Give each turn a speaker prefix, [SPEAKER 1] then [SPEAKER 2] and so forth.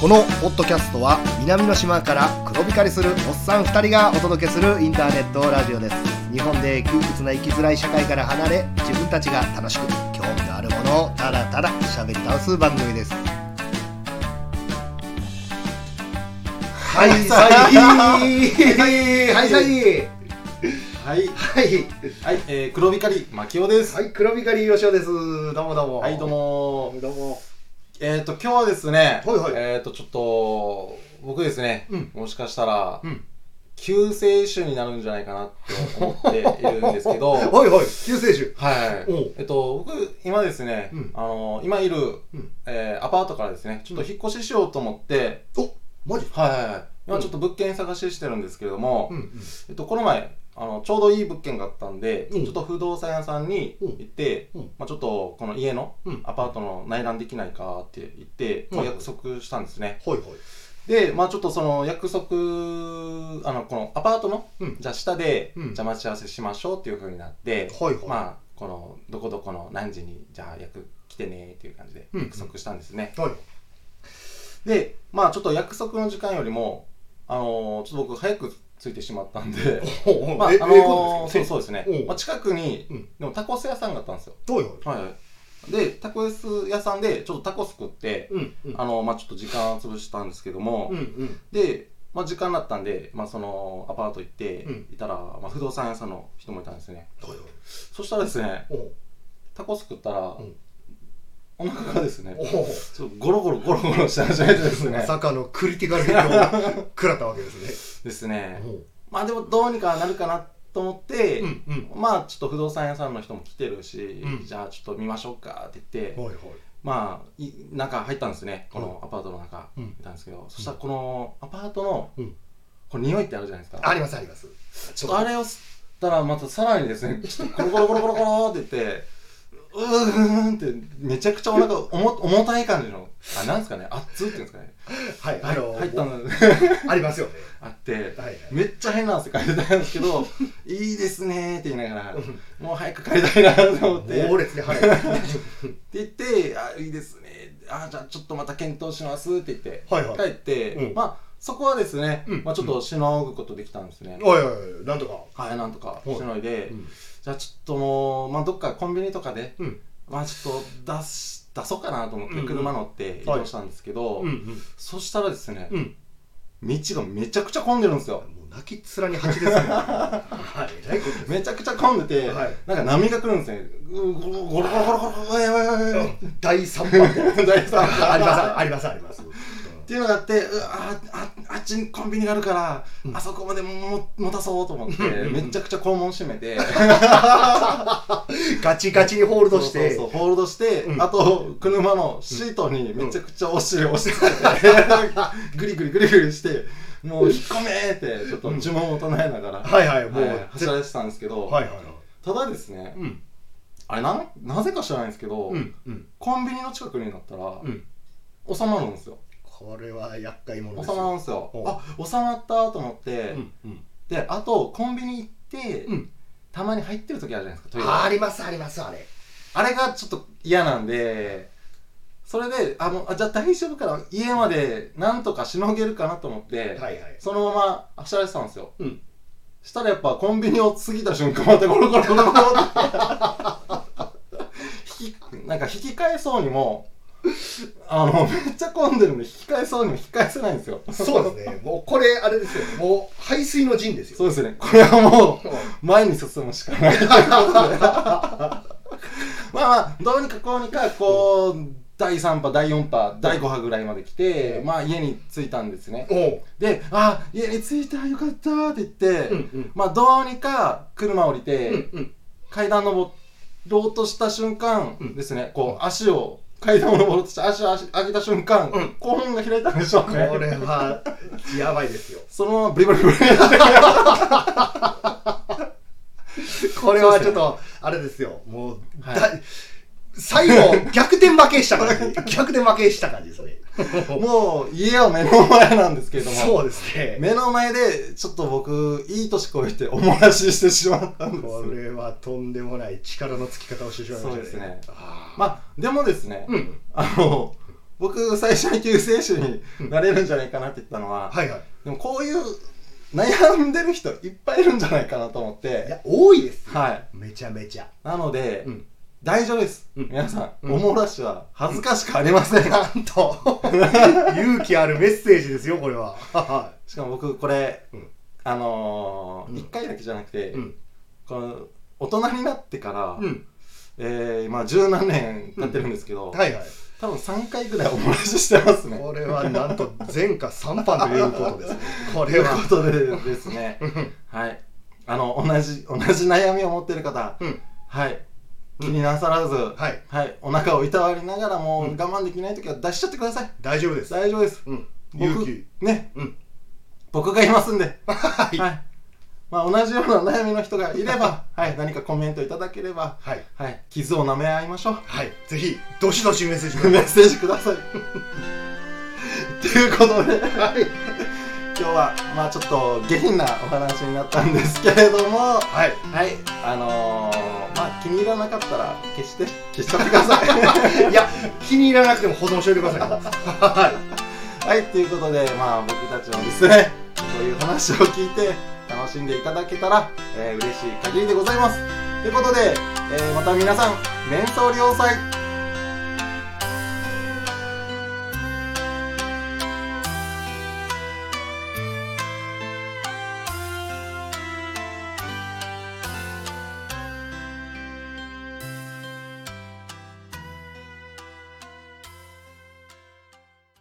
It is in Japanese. [SPEAKER 1] このポッドキャストは南の島から黒光りするおっさん2人がお届けするインターネットラジオです日本で窮屈な生きづらい社会から離れ自分たちが楽しく興味のあるものをただただ喋り倒す番組ですはいさいはいさい
[SPEAKER 2] はい、
[SPEAKER 1] はい
[SPEAKER 2] はい、えー、黒光り、マキオです。
[SPEAKER 1] はい黒光よしおですどうもどうも
[SPEAKER 2] はい、どうもー。
[SPEAKER 1] どうも
[SPEAKER 2] えっ、と、今日はですね、
[SPEAKER 1] はいはい
[SPEAKER 2] えっ、と、ちょっと、僕ですね、
[SPEAKER 1] うん
[SPEAKER 2] もしかしたら、
[SPEAKER 1] うん
[SPEAKER 2] 救世主になるんじゃないかなって思っているんですけど、はい。
[SPEAKER 1] はいはい救世主おう
[SPEAKER 2] えっ、と、僕、今ですね、
[SPEAKER 1] うん
[SPEAKER 2] あの今いる、
[SPEAKER 1] うん
[SPEAKER 2] えーアパートからですね、ちょっと引っ越ししようと思って、
[SPEAKER 1] おマジ
[SPEAKER 2] はいはいはい。今ちょっと物件探ししてるんですけれども、
[SPEAKER 1] んうん
[SPEAKER 2] えっと、この前あのちょうどいい物件があったんで、
[SPEAKER 1] うん
[SPEAKER 2] ちょっと不動産屋さんに行って、
[SPEAKER 1] うんうん
[SPEAKER 2] まあ、ちょっとこの家の
[SPEAKER 1] うん
[SPEAKER 2] アパートの内覧できないかって言って、
[SPEAKER 1] うん
[SPEAKER 2] まあ約束したんですね
[SPEAKER 1] はいはい
[SPEAKER 2] で、まあ、ちょっとその約束あのこのアパートの、
[SPEAKER 1] うん
[SPEAKER 2] じゃあ下で、
[SPEAKER 1] うん
[SPEAKER 2] じゃあ待ち合わせしましょうっていうふうになって、
[SPEAKER 1] はいはい
[SPEAKER 2] まあこのどこどこの何時にじゃあ約来てねっていう感じで
[SPEAKER 1] うん
[SPEAKER 2] 約束したんですね、
[SPEAKER 1] はい
[SPEAKER 2] でまあちょっと約束の時間よりもあのちょっと僕早く着いてしまったんでまあ、あ
[SPEAKER 1] え
[SPEAKER 2] の
[SPEAKER 1] ええこと
[SPEAKER 2] ー、そう
[SPEAKER 1] です
[SPEAKER 2] そうですね
[SPEAKER 1] うん、
[SPEAKER 2] まあ、近くに、
[SPEAKER 1] うん
[SPEAKER 2] でもタコス屋さんがあったんですよ、
[SPEAKER 1] かはいはい
[SPEAKER 2] はいはい、でタコス屋さんでちょっとタコス食って、
[SPEAKER 1] うんうん
[SPEAKER 2] あのまあ、ちょっと時間潰したんですけども、
[SPEAKER 1] うんうん
[SPEAKER 2] で、まあ、時間だったんで、まあ、そのアパート行って
[SPEAKER 1] うん
[SPEAKER 2] いたら、まあ、不動産屋さんの人もいたんですね
[SPEAKER 1] はいはい
[SPEAKER 2] そしたらですね
[SPEAKER 1] おう
[SPEAKER 2] タコス食ったら、
[SPEAKER 1] ん
[SPEAKER 2] お腹がですね
[SPEAKER 1] おう
[SPEAKER 2] ちょっとゴロゴロゴロゴロして始めてです
[SPEAKER 1] ま
[SPEAKER 2] ね
[SPEAKER 1] さかのクリティカルヒットを食らったわけです
[SPEAKER 2] です ね
[SPEAKER 1] ね
[SPEAKER 2] まあでもどうにかなるかなと思って、
[SPEAKER 1] うんうん
[SPEAKER 2] まあちょっと不動産屋さんの人も来てるし、
[SPEAKER 1] うん
[SPEAKER 2] じゃあちょっと見ましょうかって言って、
[SPEAKER 1] はいはい
[SPEAKER 2] まあい中入ったんですねこのアパートの中、
[SPEAKER 1] うん
[SPEAKER 2] いたんですけどそしたらこのアパートの、
[SPEAKER 1] うん
[SPEAKER 2] この匂いってあるじゃないですか
[SPEAKER 1] ありますあります
[SPEAKER 2] ちょっとあれを吸ったらまたさらにですねちょっとコロコロコロコロコロって言ってうーんってめちゃくちゃお腹重重たい感じのあなんですかね熱っていうんですかね
[SPEAKER 1] はいあの
[SPEAKER 2] 入ったの
[SPEAKER 1] ありますよね
[SPEAKER 2] あって
[SPEAKER 1] はいはい
[SPEAKER 2] めっちゃ変な汗かいてたんです けどいいですねーって言いながら
[SPEAKER 1] うん
[SPEAKER 2] もう早く帰りたいなと思って
[SPEAKER 1] 猛
[SPEAKER 2] って
[SPEAKER 1] 烈に はい
[SPEAKER 2] 言ってあいいですねーあじゃあちょっとまた検討しますって言って
[SPEAKER 1] はいはい
[SPEAKER 2] 帰って、
[SPEAKER 1] うん
[SPEAKER 2] まあそこはですね、
[SPEAKER 1] うん
[SPEAKER 2] まあ、ちょっとしのぐことできたんですね、
[SPEAKER 1] おいおいなんとか
[SPEAKER 2] はいなんとかしのいで、
[SPEAKER 1] うん
[SPEAKER 2] じゃあちょっともう、まあ、どっかコンビニとかで、
[SPEAKER 1] うん
[SPEAKER 2] まあちょっと出し出そうかなと思っ
[SPEAKER 1] うんう
[SPEAKER 2] て
[SPEAKER 1] ん
[SPEAKER 2] 車乗って移動したんですけど、
[SPEAKER 1] うん
[SPEAKER 2] そしたらですね、
[SPEAKER 1] うん
[SPEAKER 2] 道がめちゃくちゃ混んでるんですよ
[SPEAKER 1] もう泣きっ面に蜂ですねはいえらいことです
[SPEAKER 2] めちゃくちゃ混んでて、
[SPEAKER 1] はい
[SPEAKER 2] なんか波が来るんですね。うゴロゴロゴロゴロゴロゴロ、やばいやばいやばい。
[SPEAKER 1] 第三番で
[SPEAKER 2] 大さん
[SPEAKER 1] あります
[SPEAKER 2] っ
[SPEAKER 1] ありますあります
[SPEAKER 2] ていうのがあって、うわあああっちにコンビニがあるから、
[SPEAKER 1] うん
[SPEAKER 2] あそこまでもも持たそうと思って、
[SPEAKER 1] うんうんうん
[SPEAKER 2] めちゃくちゃ肛門閉めて、
[SPEAKER 1] ガチガチにホールドして
[SPEAKER 2] そうそうそうホールドして、
[SPEAKER 1] うん
[SPEAKER 2] あと車のシートにめちゃくちゃお尻を押し付けて、グリグリグリグリして、もう引っ込めーってちょっと呪文を唱えながら、
[SPEAKER 1] はいはいもう
[SPEAKER 2] はい走られてたんですけど、
[SPEAKER 1] はいはいはい
[SPEAKER 2] ただですね、
[SPEAKER 1] うん
[SPEAKER 2] あれななぜか知らないんですけど、
[SPEAKER 1] うんうん
[SPEAKER 2] コンビニの近くになったら、
[SPEAKER 1] うん
[SPEAKER 2] 収まるんですよ
[SPEAKER 1] これは厄介者です
[SPEAKER 2] 収まるんですよ
[SPEAKER 1] おう
[SPEAKER 2] あ収まったと思って、
[SPEAKER 1] うんうん
[SPEAKER 2] であとコンビニ行って、
[SPEAKER 1] うん
[SPEAKER 2] たまに入ってる時あるじゃないですかトイレ
[SPEAKER 1] ああ
[SPEAKER 2] あ
[SPEAKER 1] りますありますあれ
[SPEAKER 2] れがちょっと嫌なんでそれであのあじゃあ大丈夫かな家までなんとかしのげるかなと思って、
[SPEAKER 1] はいはい
[SPEAKER 2] そのまま走られてたんですよ、
[SPEAKER 1] うん
[SPEAKER 2] したらやっぱコンビニを過ぎた瞬間またゴロゴロゴロゴロって引きなんか引き返そうにもあのめっちゃ混んでるんで引き返そうにも引き返せないんですよ
[SPEAKER 1] そうですねもうこれあれですよもう排水の陣ですよ
[SPEAKER 2] そうですねこれはも
[SPEAKER 1] うん
[SPEAKER 2] う前に進むしかないと いうことでまあまあどうにかこうにかこう、第3波第4波第5波ぐらいまで来て、
[SPEAKER 1] うん
[SPEAKER 2] まあ家に着いたんですね
[SPEAKER 1] おう
[SPEAKER 2] で「あ家に着いたよかった」って言って、
[SPEAKER 1] うんうん
[SPEAKER 2] まあどうにか車降りて、
[SPEAKER 1] うんうん
[SPEAKER 2] 階段登ろうとした瞬間
[SPEAKER 1] うん
[SPEAKER 2] ですね、こう足を階段を登ろうとした足を足上げた瞬間、
[SPEAKER 1] うん
[SPEAKER 2] 興奮が開いたんでしょう
[SPEAKER 1] こ
[SPEAKER 2] ね
[SPEAKER 1] れはやばいですよ
[SPEAKER 2] そのままブリブリブリって
[SPEAKER 1] これはちょっとあれですよもう だ
[SPEAKER 2] は
[SPEAKER 1] 最後逆転負けした感じ 逆転負けした感じですね
[SPEAKER 2] もう家は目の前なんですけれど も
[SPEAKER 1] そうです ね
[SPEAKER 2] 目の前でちょっと僕いい年こいておもらししてしまったんで
[SPEAKER 1] こ
[SPEAKER 2] す
[SPEAKER 1] れはとんでもない力のつき方をしてしまいましたね
[SPEAKER 2] そうですね
[SPEAKER 1] あー
[SPEAKER 2] まあでもですね、
[SPEAKER 1] うん
[SPEAKER 2] あの僕最初に救世主になれるんじゃないかなって言ったのは、
[SPEAKER 1] はいはい。
[SPEAKER 2] でもこういう悩んでる人いっぱいいるんじゃないかなと思っ
[SPEAKER 1] い
[SPEAKER 2] て、
[SPEAKER 1] や、多いです。
[SPEAKER 2] はい。
[SPEAKER 1] めちゃめちゃ。
[SPEAKER 2] なので、
[SPEAKER 1] うん
[SPEAKER 2] 大丈夫です。
[SPEAKER 1] うん
[SPEAKER 2] 皆さん、
[SPEAKER 1] うん
[SPEAKER 2] おもらしは恥ずかしくありません。
[SPEAKER 1] なんと、 勇気あるメッセージですよ、これは。は
[SPEAKER 2] しかも僕これ、
[SPEAKER 1] うん
[SPEAKER 2] あのー
[SPEAKER 1] うん
[SPEAKER 2] 1回だけじゃなくて、
[SPEAKER 1] いうん。
[SPEAKER 2] この大人になってから、
[SPEAKER 1] うん。
[SPEAKER 2] えーまあ十何年経ってるんですけど、
[SPEAKER 1] はいはい。
[SPEAKER 2] 多分3回ぐらいおもらししてますね。
[SPEAKER 1] これはなんと前科3番ということですね。これは。、
[SPEAKER 2] ということでですね
[SPEAKER 1] うん
[SPEAKER 2] はい。あの、同じ、同じ悩みを持ってる方、
[SPEAKER 1] うん
[SPEAKER 2] はい。気になさらず、
[SPEAKER 1] はい。
[SPEAKER 2] はい。お腹をいたわりながらも、
[SPEAKER 1] うん
[SPEAKER 2] 我慢できないときは出しちゃってください。
[SPEAKER 1] 大丈夫です。
[SPEAKER 2] 大丈夫です。
[SPEAKER 1] うん。
[SPEAKER 2] 僕
[SPEAKER 1] 勇気。。
[SPEAKER 2] ね。
[SPEAKER 1] うん
[SPEAKER 2] 僕がいますんで。
[SPEAKER 1] は
[SPEAKER 2] はい。まあ、同じような悩みの人がい れば、はい。何かコメントいただければ、
[SPEAKER 1] はい。
[SPEAKER 2] はい。傷を舐め合いましょう。
[SPEAKER 1] はい。ぜひ、どしどしメッセージく
[SPEAKER 2] メ
[SPEAKER 1] だ
[SPEAKER 2] ッセージください。ということで、
[SPEAKER 1] さい。
[SPEAKER 2] 今日は、まあちょっと下品なお話になったんですけれども、
[SPEAKER 1] はい。
[SPEAKER 2] はい、あのー、まあ気に入らなかったら消して、消しちゃってくださ。
[SPEAKER 1] いや、気に入らなくても保存しておいてください。はい
[SPEAKER 2] はい、ということで、まあ僕たちのですね、こういう話を聞いて楽しんでいただけたら、えー嬉しい限りでございます。ということで、えーまた皆さん、面相良祭、